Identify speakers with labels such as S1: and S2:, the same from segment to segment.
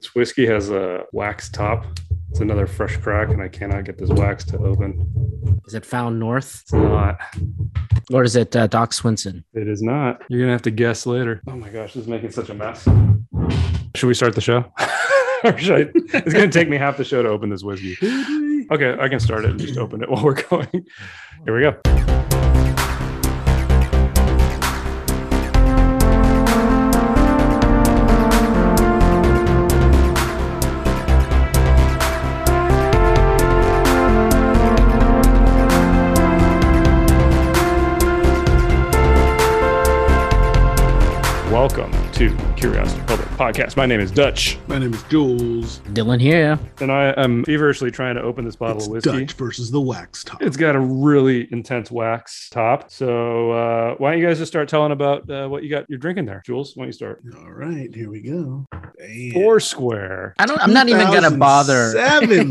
S1: This whiskey has a wax top. It's another fresh crack, and I cannot get this wax to open.
S2: Is it Found North
S1: It's not.
S2: or is it uh, Doc Swinson?
S1: It is not. You're gonna have to guess later. Oh my gosh, this is making such a mess. Should we start the show? or should I, it's gonna take me half the show to open this whiskey. Okay, I can start it and just open it while we're going. Here we go. Welcome to Curiosity Public Podcast. My name is Dutch,
S3: My name is Jules.
S2: Dylan here.
S1: and I am feverishly trying to open this bottle
S3: It's
S1: of whiskey.
S3: Dutch versus the wax top.
S1: It's got a really intense wax top. So uh, why don't you guys just start telling about uh, what you got you're drinking there, Jules? Why don't you start?
S3: All right, here we go. Damn.
S1: Four square.
S2: I don't. I'm not even gonna bother.
S3: 2007,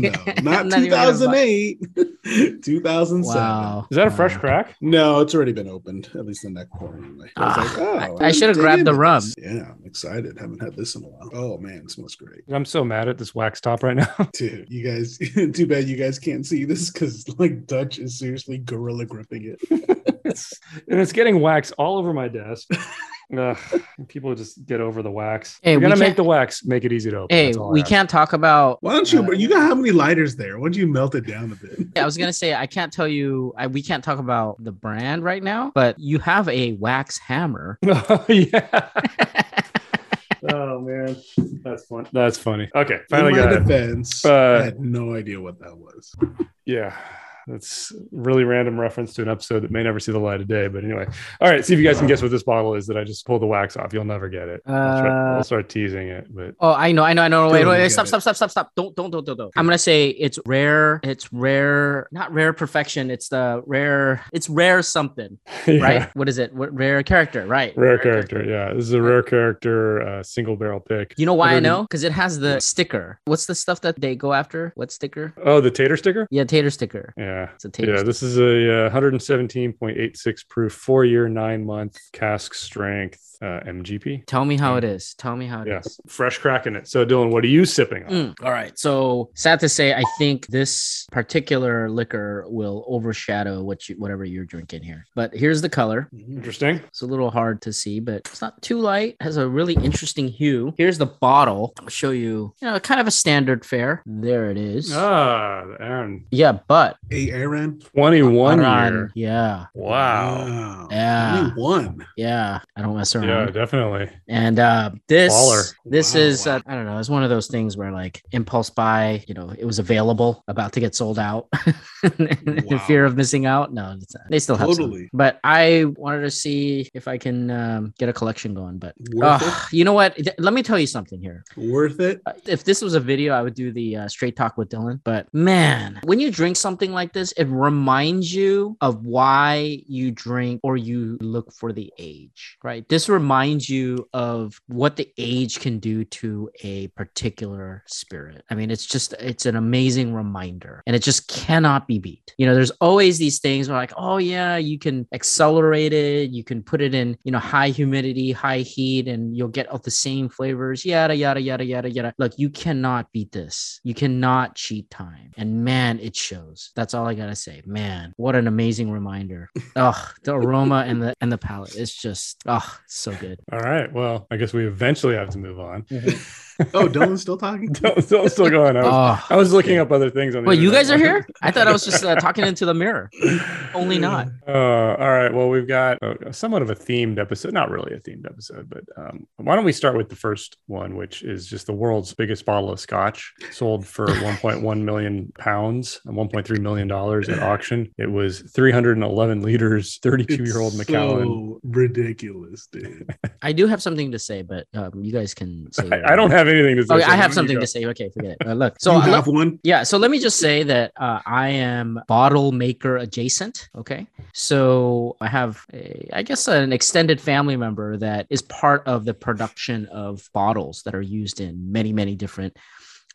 S3: though. Not
S2: I'm not even gonna bother.
S3: 2008. 2007.
S2: Wow.
S1: Is that a fresh
S2: Wow.
S1: crack?
S3: No, it's already been opened, at least in that corner. Anyway. I was
S2: Ah,
S3: like, oh,
S2: I- I should've
S3: I'm
S2: grabbed the
S3: digging
S2: rum.
S3: this. Yeah, I'm excited. Haven't had this in a while. Oh, man, it smells great.
S1: I'm so mad at this wax top right now.
S3: Dude, you guys, too bad you guys can't see this because, like, Dutch is seriously gorilla gripping it.
S1: It's- and it's getting wax all over my desk. Ugh, people just get over the wax.
S2: Hey,
S1: You're
S2: we
S1: gonna make
S2: can't-
S1: the wax, make it easy to open.
S2: Hey,
S1: That's all I
S2: we
S1: ask.
S2: can't talk about.
S3: Why don't you, you got how many lighters there? Why don't you melt it down a bit?
S2: I was gonna say I can't tell you. I, we can't talk about the brand right now, but you have a wax hammer.
S1: Oh, yeah. oh man, that's fun. That's funny. Okay, finally
S3: in my
S1: got it.
S3: defense,
S1: Uh,
S3: I had no idea what that was.
S1: Yeah. That's really random reference to an episode that may never see the light of day. But anyway, all right. See if you guys can guess what this bottle is that I just pulled the wax off. You'll never get it. I'll, try-
S2: Uh,
S1: I'll start teasing it, but
S2: Oh, I know, I know, I know. Wait,
S3: Don't
S2: wait, wait
S3: get
S2: stop,
S3: it.
S2: stop, stop, stop, stop. Don't, don't, don't, don't, don't. I'm gonna say it's rare. It's rare, not rare perfection. It's the rare. It's rare something,
S1: Yeah.
S2: right? What is it? What, rare character, right?
S1: Rare character. Yeah. This is a rare character, uh, single barrel pick.
S2: You know why I
S1: Other than-
S2: know? Because it has the sticker. What's the stuff that they go after? What sticker?
S1: Oh, the tater sticker?
S2: Yeah, tater sticker.
S1: Yeah.
S2: It's a tater.
S1: Yeah,
S2: sticker.
S1: this is a uh, 117.86 proof, four year, nine month cask strength uh, MGP.
S2: Tell me how it is. Tell me how it is.
S1: Yes, fresh crack in it. So, Dylan, what are you sipping on?
S2: Mm, all right. So sad to say, I think this particular liquor will overshadow what you, whatever you're drinking here. But here's the color.
S1: Interesting.
S2: It's a little hard to see, but it's not too light. Has a really interesting hue. Here's the bottle. I'll show you. You know, kind of a standard fare. There it is.
S1: Ah, Aaron,
S2: yeah, but
S3: Hey, Aaron.
S1: 21
S2: Aran,
S1: year.
S2: Yeah,
S1: Wow.
S2: Yeah.
S3: Only one.
S2: yeah. I don't mess around.
S1: Yeah, definitely.
S2: And uh, this
S1: Baller.
S2: this
S3: Wow.
S2: is uh, I don't know. It's one of those things where like impulse buy. You know, it was available, about to get sold out, in
S3: Wow.
S2: fear of missing out. No, it's not. they still have some.
S3: Totally.
S2: But I wanted to see if I can um, get a collection going. But
S3: Worth
S2: Ugh, you know what? Th- Let me tell you something here.
S3: it. Worth it.
S2: Uh, If this was a video, I would do the uh, straight talk with Dylan. But man, when you drink something like this, it reminds you of why you drink or you look for the age, right? This reminds you of what the age can do to a particular spirit. I mean, it's just, it's an amazing reminder and it just cannot be beat. You know, there's always these things where like, oh yeah, you can accelerate it, you can put it in, you know, high humidity, high heat, and you'll get all the same flavors, yada, yada, yada, yada, yada. Look, you cannot beat this. You cannot cheat time. And man, it shows. That's all I gotta say. Man, what an amazing reminder. Ugh, the aroma and the and the palate. It's just oh so good.
S1: All right. Well, I guess we eventually have to move on.
S3: Oh, Dylan's still talking?
S1: Don't, don't still go on. I was,
S2: Oh.
S1: I was looking up other things on the
S2: Wait, you guys are
S1: internet.
S2: here? I thought I was just uh, talking into the mirror. Only not.
S1: Uh, all right. Well, we've got uh, somewhat of a themed episode. Not really a themed episode, but um, why don't we start with the first one, which is just the world's biggest bottle of scotch, sold for 1.1 million pounds and 1.3 million dollars at auction. It was 311 liters, 32 year old
S3: It's
S1: McAllen.
S3: So ridiculous, dude.
S2: I do have something to say, but um, you guys can say.
S1: I, I don't have anything to say.
S2: Okay,
S1: so
S2: I
S1: why
S2: have
S1: don't you
S2: something
S1: go?
S2: to say. Okay, forget it. Uh, look,
S3: So
S2: so
S3: you
S2: uh,
S3: have one?
S2: yeah, so let me just say that uh, I am bottle maker adjacent. Okay, so I have, a, I guess, an extended family member that is part of the production of bottles that are used in many, many different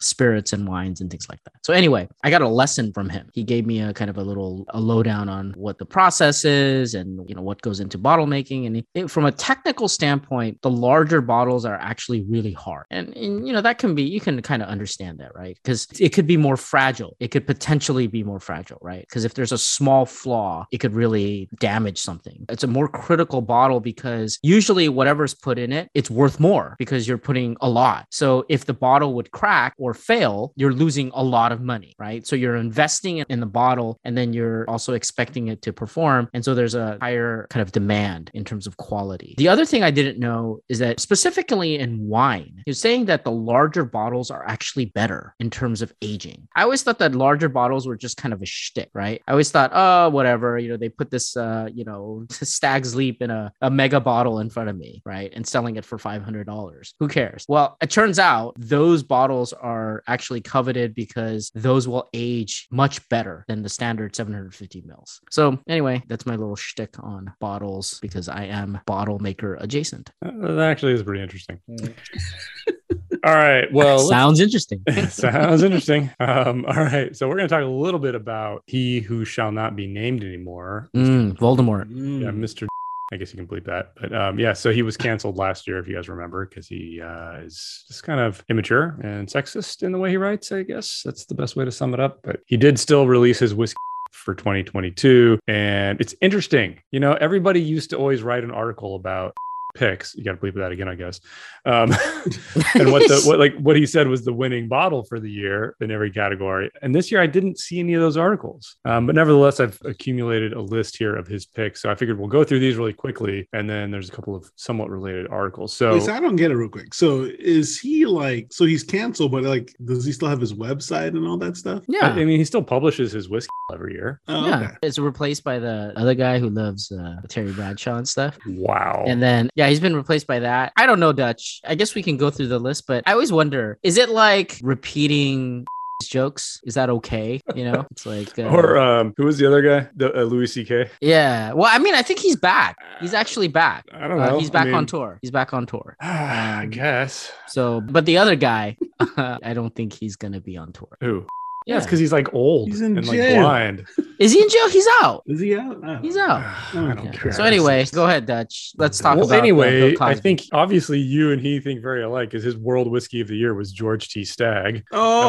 S2: spirits and wines and things like that. So anyway, I got a lesson from him. He gave me a kind of a little a lowdown on what the process is and you know what goes into bottle making. And it- from a technical standpoint, the larger bottles are actually really hard, and, and you know that can be you can kind of understand that, right? Because it could be more fragile. It could potentially be more fragile, right? Because if there's a small flaw, it could really damage something. It's a more critical bottle because usually whatever's put in it, it's worth more because you're putting a lot. So if the bottle would crack or fail, you're losing a lot of money, right? So you're investing in the bottle and then you're also expecting it to perform. And so there's a higher kind of demand in terms of quality. The other thing I didn't know is that specifically in wine, you're saying that the larger bottles are actually better in terms of aging. I always thought that larger bottles were just kind of a shtick, right? I always thought, oh, whatever, you know, they put this, uh, you know, stag's leap in a, a mega bottle in front of me, right? And selling it for $500. Who cares? Well, it turns out those bottles are actually coveted because those will age much better than the standard 750 mils. So, anyway, that's my little shtick on bottles because I am bottle maker adjacent.
S1: Uh, That actually is pretty interesting. All right. Well, let's-
S2: Sounds interesting.
S1: sounds interesting. Um, all right. So we're going to talk a little bit about he who shall not be named anymore.
S2: Mm, Voldemort.
S1: Yeah,
S3: Hmm.
S1: Mr. I guess you can bleep that. But um, yeah, so he was canceled last year, if you guys remember, because he uh, is just kind of immature and sexist in the way he writes, I guess. That's the best way to sum it up. But he did still release his whiskey for 2022. And it's interesting. You know, everybody used to always write an article about picks. You got to bleep that again, I guess. Um, and what the what like what he said was the winning bottle for the year in every category. And this year I didn't see any of those articles. Um, but nevertheless, I've accumulated a list here of his picks. So I figured we'll go through these really quickly, and then there's a couple of somewhat related articles. So
S3: Wait, so I don't get it real quick. So is he like so he's canceled, but like does he still have his website and all that stuff?
S1: I,
S2: Yeah.
S1: I mean, he still publishes his whiskey every year.
S3: Oh,
S2: yeah,
S3: okay.
S2: it's replaced by the other guy who loves uh, Terry Bradshaw and stuff.
S1: Wow.
S2: And then, yeah, he's been replaced by that. I don't know Dutch. I guess we can go through the list, but I always wonder is it like repeating jokes? Is that okay? You know, it's like, uh,
S1: or um, who was the other guy? The uh, Louis C.K.
S2: yeah. Well, I mean, I think he's back. He's actually back.
S1: I don't know.
S2: Uh, he's back
S1: I mean,
S2: on tour. He's back on tour.
S1: I guess.
S2: So, but the other guy, I don't think he's going to be on tour.
S1: Who?
S2: Yeah.
S1: Yes, because he's like old
S3: He's in
S1: and like
S3: jail.
S1: blind.
S2: Is he in jail? He's out.
S3: Is he out? I don't
S2: He's
S3: know.
S1: I
S2: out.
S1: don't
S2: Yeah.
S1: care.
S2: Oh, So, anyway, go ahead, Dutch. Let's talk
S1: well,
S2: about uh, Bill
S1: anyway, I
S2: Cosby.
S1: think obviously you and he think very alike because his world whiskey of the year was George T. Stagg.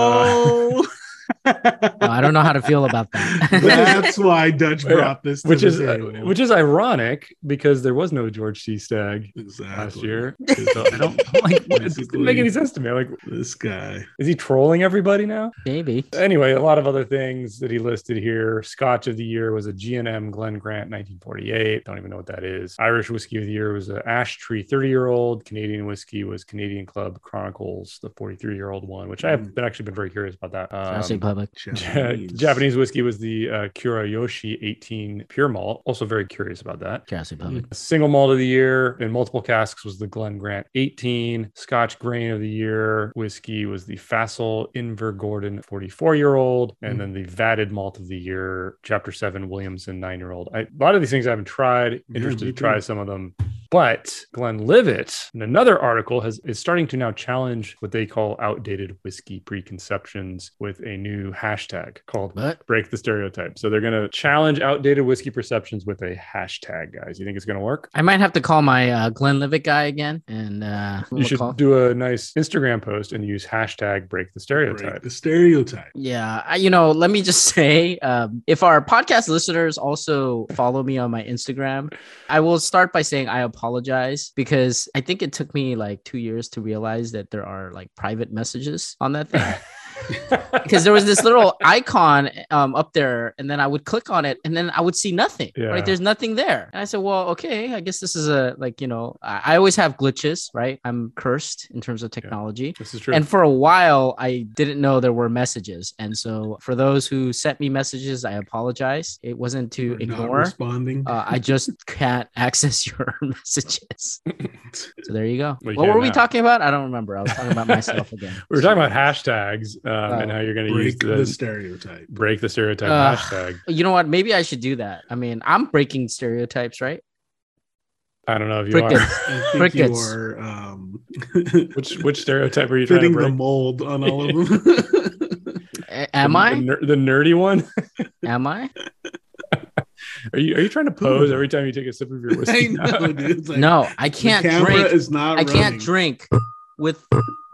S3: Oh,
S1: Uh,
S2: No, I don't know how to feel about that.
S3: that's why Dutch
S1: Yeah.
S3: brought this, to
S1: Which
S3: the
S1: is uh,
S3: table.
S1: which is ironic because there was no George T. Stagg
S3: exactly.
S1: last year. So I don't I'm like what- it doesn't make any sense to me. I'm Like,
S3: This guy.
S1: is he trolling everybody now?
S2: Maybe.
S1: Anyway, a lot of other things that he listed here. Scotch of the year was a G&M Glen Grant 1948. Don't even know what that is. Irish whiskey of the year was a Ash Tree 30 year old. Canadian whiskey was Canadian Club Chronicles, the 43 year old one, which
S2: Hmm.
S1: I've been actually been very curious about that.
S2: I'll say
S1: Um,
S2: public.
S1: Ja- Japanese whiskey was the uh, Kurayoshi 18 pure malt. Also very curious about that.
S2: Yeah, I'll say public.
S1: Single malt of the year in multiple casks was the Glen Grant 18. Scotch grain of the year whiskey was the Fassel Inver Gordon 44 year old. And then the vatted malt of the year, Chapter 7 Williamson 9 year old. A lot of these things I haven't tried. Interested
S3: me
S1: to try
S3: too.
S1: some of them. But Glenn Livett, in another article, has is starting to now challenge what they call outdated whiskey preconceptions with a new hashtag called
S2: But
S1: break the stereotype. So they're going to challenge outdated whiskey perceptions with a hashtag, guys. You think it's going to work?
S2: I might have to call my uh, Glenn Livick guy again, and uh, give him
S1: You
S2: a
S1: should
S2: call.
S1: do a nice Instagram post and use hashtag break the stereotype.
S3: The stereotype.
S2: yeah, I, you know, let me just say, um, if our podcast listeners also follow me on my Instagram, I will start by saying I apologize because I think it took me like two years to realize that there are like private messages on that thing. because there was this little icon um, up there, and then I would click on it, and then I would see nothing.
S1: Yeah.
S2: Right, there's nothing there, and I said, "Well, okay, I guess this is a like you know, I, I always have glitches, right? I'm cursed in terms of technology."
S1: This is true.
S2: And for a while, I didn't know there were messages, and so for those who sent me messages, I apologize. It wasn't to
S3: We're not
S2: ignore.
S3: responding.
S2: Uh, I just can't access your messages. So there you go.
S1: Well, you
S2: what
S1: can
S2: were we
S1: now.
S2: talking about? I don't remember. I was talking about myself again.
S1: we were talking about hashtags um, and how you're going to use
S3: Break
S1: the,
S3: the stereotype.
S1: break the stereotype
S2: Oh. Ugh.
S1: hashtag.
S2: You know what? Maybe I should do that. I mean, I'm breaking stereotypes, right?
S1: I don't know if you
S2: Crickets.
S1: are.
S3: I think
S2: Crickets.
S3: you are um,
S1: Which which stereotype are you trying to
S3: fitting the
S1: break?
S3: mold on all of them.
S2: A- Am
S1: The-
S2: I?
S1: the, ner- the nerdy one?
S2: Am I?
S1: Are you are you trying to pose every time you take a sip of your
S3: I
S1: whiskey?
S3: know, dude. It's like,
S2: No, I
S3: the
S2: can't
S3: camera
S2: drink.
S3: is not.
S2: I can't
S3: running.
S2: drink with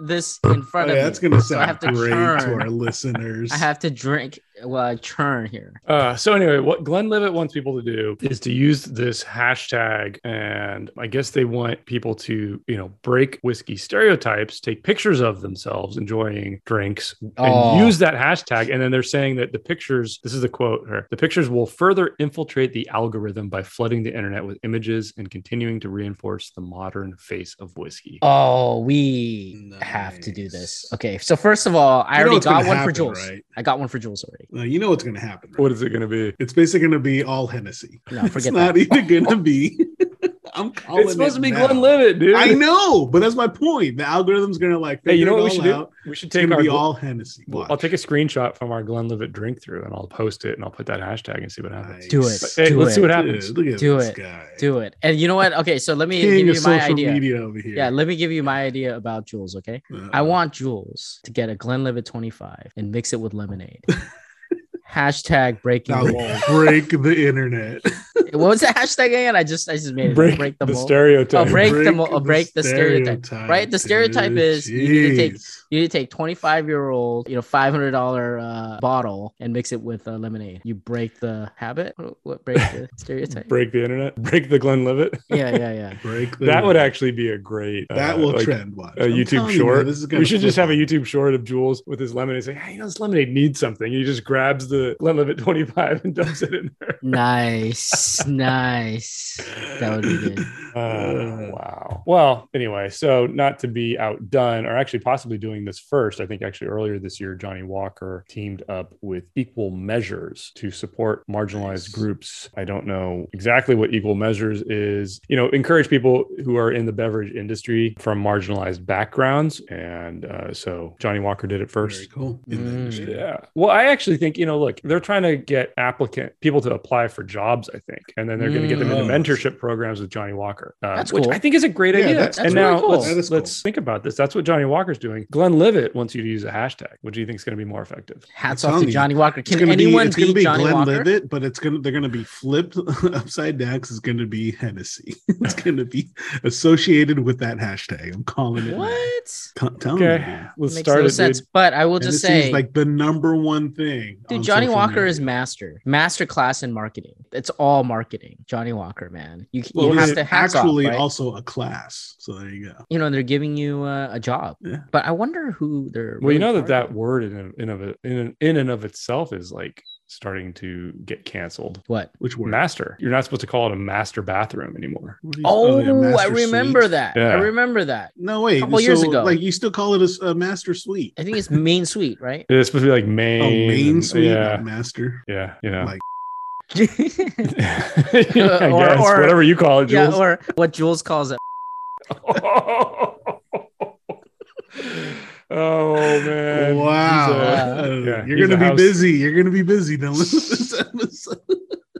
S2: this in
S3: Oh,
S2: front
S3: yeah,
S2: of me.
S3: that's gonna
S2: So I
S3: sound
S2: have to
S3: great to
S2: turn.
S3: our listeners.
S2: I have to drink while I churn here.
S1: Uh, so anyway, what Glenn Livett wants people to do is to use this hashtag, and I guess they want people to, you know, break whiskey stereotypes, take pictures of themselves enjoying drinks, and
S2: Oh.
S1: use that hashtag. And then they're saying that the pictures, this is the quote here, the pictures will further infiltrate the algorithm by flooding the internet with images and continuing to reinforce the modern face of whiskey.
S2: Oh, we have to do this.
S3: Nice.
S2: Okay, so first of all, I
S3: You know
S2: already
S3: what's gonna
S2: got one for
S3: happen,
S2: Jules.
S3: right?
S2: I got one for Jules already.
S3: Now, you know what's gonna happen. right?
S1: What is it going to be?
S3: It's basically gonna be all Hennessy.
S2: No, forget
S3: it's not
S2: that.
S3: even gonna be. I'm calling.
S1: it's supposed
S3: it
S1: to be
S3: now.
S1: Glenn Livett, dude.
S3: I know, but that's my point. The algorithm's gonna like.
S1: Hey, you know
S3: figure
S1: what
S3: it
S1: we
S3: all
S1: should do?
S3: out.
S1: We should
S3: It's
S1: take
S3: gonna
S1: our
S3: be all Hennessy.
S1: I'll
S3: Watch.
S1: take a screenshot from our Glenlivet drink through and I'll post it and I'll put that hashtag and see what happens.
S3: Nice.
S2: Do it.
S1: But, hey,
S2: do
S1: let's
S2: it.
S1: see what happens.
S3: Dude, look at
S2: Do
S3: this
S2: it.
S3: guy.
S2: Do it. And you know what? Okay, so let me
S3: King
S2: give
S3: of
S2: you my
S3: social
S2: idea.
S3: media over here.
S2: Yeah, let me give you my idea about Jules, okay?
S3: Uh,
S2: I want Jules to get a Glenlivet 25 and mix it with lemonade. hashtag breaking
S3: That
S2: the
S3: will break the internet.
S2: mold. What was the hashtag again? I just I just made it.
S1: Break, the,
S2: mold.
S1: stereotype.
S2: Oh, break- the mo- uh, break the stereotype, right? The stereotype
S3: dude.
S2: is you need to take-
S3: Jeez.
S2: You need to take 25 year old, you know, $500 uh, bottle and mix it with uh, lemonade. You break the habit. What, what break the stereotype?
S1: break the internet. Break the Glenlivet.
S2: Yeah, yeah, yeah.
S3: break the
S1: that would
S3: internet.
S1: actually be a great. uh,
S3: that will
S1: like,
S3: trend watch
S1: a
S3: I'm
S1: YouTube
S3: telling you,
S1: short.
S3: man, this is gonna
S1: We should just have
S3: flip
S1: a
S3: on.
S1: YouTube short of Jules with his lemonade saying, hey, you know, this lemonade needs something. He just grabs the Glenlivet 25 and dumps it in there.
S2: Nice, nice. That would be good.
S1: Uh,
S3: Uh,
S1: wow. Well, anyway, so not to be outdone, or actually possibly doing this first, I think actually earlier this year, Johnny Walker teamed up with Equal Measures to support marginalized
S3: Nice.
S1: groups. I don't know exactly what Equal Measures is, you know, encourage people who are in the beverage industry from marginalized backgrounds. And uh, so Johnny Walker did it first.
S3: very cool.
S2: Mm.
S1: Yeah. Well, I actually think, you know, look, they're trying to get applicant people to apply for jobs, I think. And then they're going to get them into
S3: Mm.
S1: mentorship programs with Johnny Walker, uh,
S2: That's
S1: which
S2: cool.
S1: I think is a great
S3: Yeah,
S1: idea.
S3: that's-
S1: and
S3: that's
S2: really
S1: now
S2: cool.
S1: let's,
S3: That is
S1: let's think about this. That's what Johnny Walker's doing. Glenn Livett wants you to use a hashtag. What do you think is going to be more effective?
S2: Hats
S3: I'm
S2: off
S3: telling
S2: to
S3: you,
S2: Johnny Walker.
S3: It's
S2: Can
S3: gonna
S2: anyone
S3: be, it's gonna
S2: beat
S3: be
S2: Johnny
S3: Glenn
S2: Walker?
S3: Livett, but it's gonna they're gonna be flipped upside down. 'cause It's gonna be Hennessy. It's gonna be associated with that hashtag. I'm calling it. now.
S2: What?
S3: Co- telling you,
S1: Okay.
S3: dude.
S1: Let's
S2: Makes
S1: start
S2: no
S1: it.
S2: sense.
S1: dude.
S2: But I will
S3: And
S2: just
S3: this is
S2: say,
S3: like the number one thing.
S2: dude,
S3: on
S2: Johnny
S3: social
S2: Walker
S3: media.
S2: is master, master class in marketing. It's all marketing. Johnny Walker, man, you you
S3: Well,
S2: have
S3: it's
S2: to hats
S3: actually
S2: off, right?
S3: also a class. So there you go.
S2: you know they're giving you uh, a job.
S3: Yeah.
S2: But I wonder who they're.
S1: Well, you
S2: really
S1: know that that
S2: targeting.
S1: word in and- in of it- in in and of itself is like starting to get canceled.
S2: what?
S3: Which word?
S1: Master. You're not supposed to call it a master bathroom anymore.
S3: What do you-
S2: Oh,
S3: yeah,
S2: I
S3: master
S2: remember
S3: suite.
S2: that.
S1: Yeah.
S2: I remember that.
S3: No, wait.
S2: Couple years
S3: so,
S2: ago.
S3: like you still call it a s- a, master suite.
S2: I think it's main suite, right?
S1: It's supposed to be like main.
S3: oh, main
S1: and-
S3: suite, not
S1: Yeah.
S3: master.
S1: Yeah. You know.
S3: Like,
S1: yeah, I
S2: Or-
S1: guess,
S2: or-
S1: whatever you call it,
S2: yeah,
S1: Jules.
S2: or what Jules calls it.
S1: oh man!
S3: wow.
S2: Wow.
S3: Uh,
S1: Yeah, he's
S3: you're
S1: a
S3: gonna be
S1: house-
S3: busy. You're gonna be busy. Then listen to this episode.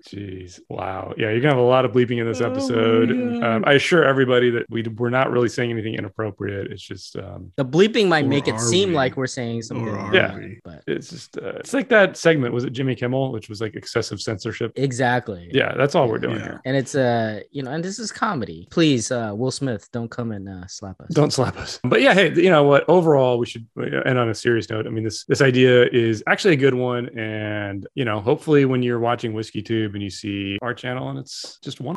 S1: Jeez, wow. Yeah, you're gonna have a lot of bleeping in this
S3: Oh, my
S1: episode.
S3: God.
S1: um, I assure everybody that we we're not really saying anything inappropriate. It's just um,
S2: The bleeping might
S3: Or
S2: make it
S3: are
S2: seem
S3: we?
S2: like we're saying something.
S3: Or are
S1: Yeah.
S3: we?
S2: But
S1: it's just uh, it's like that segment was it Jimmy Kimmel, which was like excessive censorship.
S2: exactly.
S1: Yeah, that's all we're doing
S3: Yeah.
S1: here.
S2: And it's uh, you know, and this is comedy. Please, uh, Will Smith, don't come and uh, slap us.
S1: Don't slap us. But yeah, hey, you know what? Overall, we should end on a serious note. I mean, this this idea is actually a good one, and you know, hopefully, when you're watching Whiskey Tube and you see our channel and it's just one.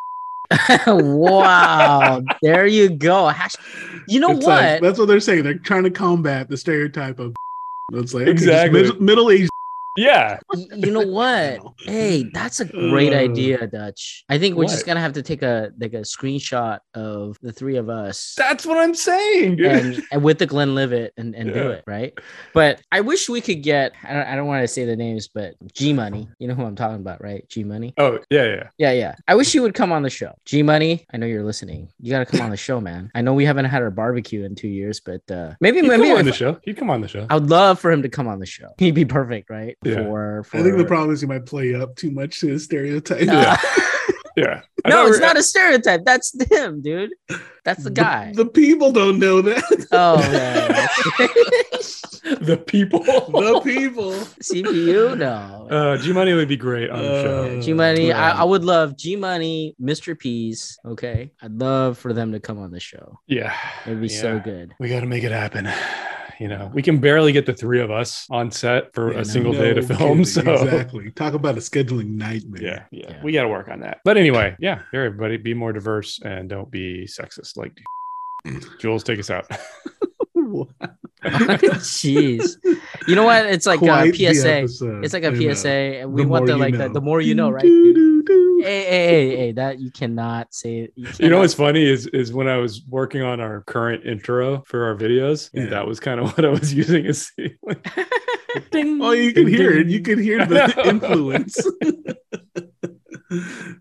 S2: wow, there you go. Hash- you know
S3: It's like-
S2: what?
S3: that's what they're saying. They're trying to combat the stereotype of. That's like okay, just
S1: Exactly.
S3: mid- middle-aged.
S1: Yeah,
S2: Y- you know what? Hey, that's a great
S3: Uh,
S2: idea, Dutch. I think we're just
S1: what?
S2: gonna have to take a like a screenshot of the three of us.
S1: that's what I'm saying, dude.
S2: and, and with the Glenlivet and, and do
S1: Yeah.
S2: it right. But I wish we could get I don't, I don't want to say the names, but G Money, you know who I'm talking about, right? G Money,
S1: oh yeah, yeah.
S2: yeah, yeah. I wish you would come on the show, G Money. I know you're listening. You got to come on the show, man. I know we haven't had our barbecue in two years, but uh, maybe
S1: He'd
S2: maybe
S1: come on
S2: if-
S1: the show. He'd come on the show.
S2: I would love for him to come on the show. He'd be perfect, right?
S1: Yeah.
S2: For, for
S3: I think the problem is you might play up too much to the stereotype.
S2: Uh,
S1: Yeah. I
S2: No,
S1: thought
S2: it's
S1: we-
S2: not a stereotype. That's him, dude. That's the guy.
S3: The, people don't know that.
S2: oh man.
S1: the people.
S3: the people.
S2: CPU? No.
S1: Uh, G Money would be great on the show.
S3: Uh,
S2: Oh, G Money,
S3: right.
S2: I, I would love G Money, Mr. Peace. Okay, I'd love for them to come on the show.
S1: Yeah.
S2: It'd be
S1: Yeah.
S2: so good.
S1: We got to make it happen. You know, we can barely get the three of us on set for
S2: Yeah,
S1: a single
S3: No
S1: day to film.
S3: kidding.
S1: So,
S3: exactly. Talk about a scheduling nightmare.
S1: yeah, yeah,
S2: Yeah.
S1: we got to work on that. But anyway, yeah, here, everybody, be more diverse and don't be sexist. Like, Jules, take us out.
S2: Jeez, you know what? It's like
S3: Quite
S2: a
S3: the
S2: PSA.
S3: episode.
S2: It's like a
S3: Amen.
S2: PSA, and we
S3: The
S2: want
S3: more
S2: the
S3: you
S2: like the,
S3: know.
S2: the more you know, right?
S3: Do,
S2: dude?
S3: do, do.
S2: Hey, hey, hey, hey, that you cannot say it.
S1: You know
S2: cannot-
S1: what's funny is is when I was working on our current intro for our videos,
S3: Yeah.
S1: that was kind of what I was using as the- Ding,
S3: Oh, you can
S1: ding,
S3: hear it.
S1: ding.
S3: You can hear
S1: I
S3: the
S1: know.
S3: influence.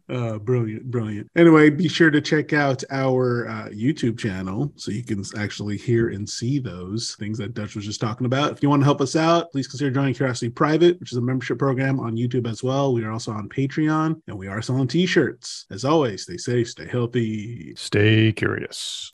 S3: uh, brilliant, brilliant. Anyway, be sure to check out our uh, YouTube channel so you can actually hear and see those things that Dutch was just talking about. If you want to help us out, please consider joining Curiosity Private, which is a membership program on YouTube as well. We are also on Patreon and we are selling t shirts. As always, stay safe, stay healthy.
S1: Stay curious.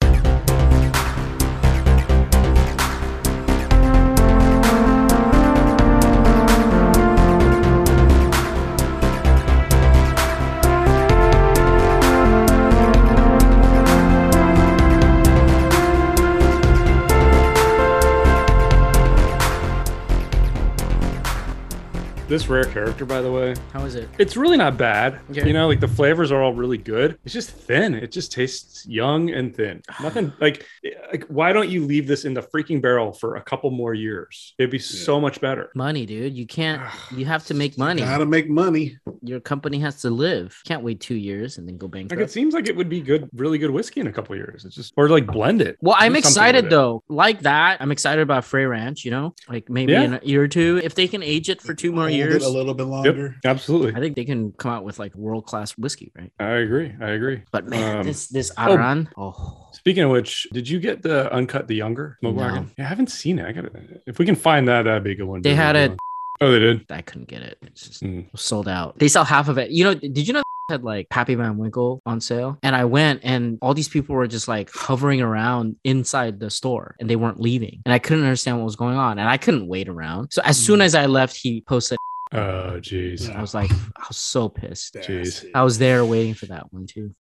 S1: This rare character, by the way,
S2: How is it?
S1: it's really not bad.
S2: Okay.
S1: You know, like the flavors are all really good. It's just thin. It just tastes young and thin. Nothing like, like why don't you leave this in the freaking barrel for a couple more years? It'd be so much better.
S2: Money, dude. You can't. You have to make money.
S3: Gotta make money.
S2: Your company has to live. Can't wait two years and then go
S1: Like
S2: bankrupt.
S1: it seems like it would be good, really good whiskey in a couple years. It's just or like blend it.
S2: Well, I'm
S1: Do something
S2: excited
S1: with it.
S2: though. Like that, I'm excited about Frey Ranch. You know, like maybe
S1: Yeah.
S2: in a year or two, if they can age it for two more
S3: Hold it
S2: years,
S3: A little bit longer.
S1: Absolutely,
S2: I think they can come out with like world class whiskey, right?
S1: I agree. I agree.
S2: But man,
S1: Um,
S2: this this
S1: oh.
S2: Aran, oh,
S1: Speaking of which, did you get the uncut the younger smoke
S2: No.
S1: wagon? Yeah, I haven't seen it. I got to If we can find that, that'd be a good one.
S2: They
S1: to
S2: had
S1: review.
S2: it-
S1: Oh, they did.
S2: I couldn't get it. It's just
S1: Mm.
S2: sold out. They sell half of it. You know, did you know had like Happy Van Winkle on sale? And I went, and all these people were just like hovering around inside the store, and they weren't leaving, and I couldn't understand what was going on, and I couldn't wait around. So as soon as I left, he posted.
S1: Oh, jeez.
S2: I was like, I was so pissed.
S1: Jeez.
S2: I was there waiting for that one too.